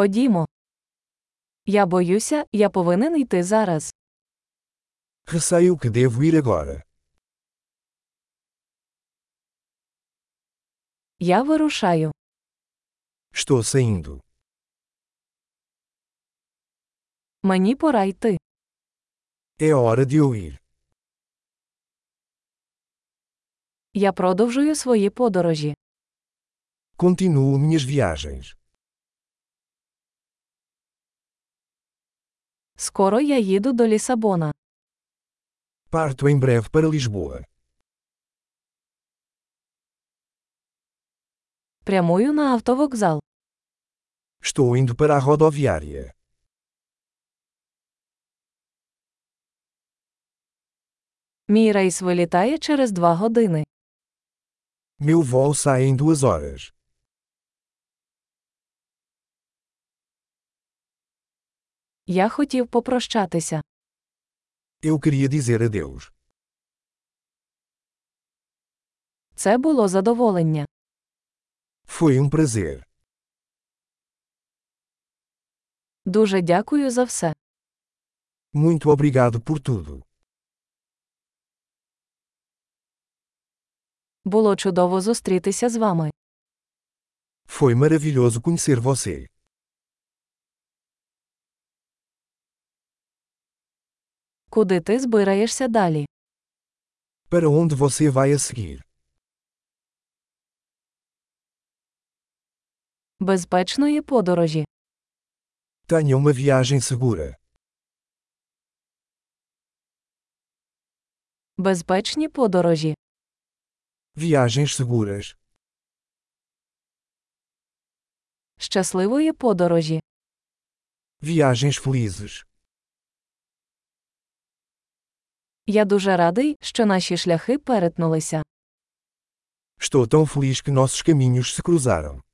Ходімо. Я боюся, я повинен йти зараз. Receio que devo ir agora. Я вирушаю. Estou saindo. Мені пора йти. É hora de eu ir. Я продовжую свої подорожі. Continuo minhas viagens. Скоро я їду до Лісабона. Parto em breve para Lisboa. Прямую на автовокзал. Estou indo para a rodoviária. Мій рейс вилітає через два години. Meu voo sai em duas horas. Я хотів попрощатися. Eu queria dizer adeus. Це було задоволення. Foi um prazer. Дуже дякую за все. Muito obrigado por tudo. Було чудово зустрітися з вами. Foi maravilhoso conhecer você. Куди ти збираєшся далі? Para onde você vai a seguir? Безпечної подорожі. Tenha uma viagem segura. Безпечні подорожі. Viagens seguras. Щасливої подорожі. Viagens felizes. Я дуже радий, що наші шляхи перетнулися. Estou tão feliz que nossos caminhos se cruzaram.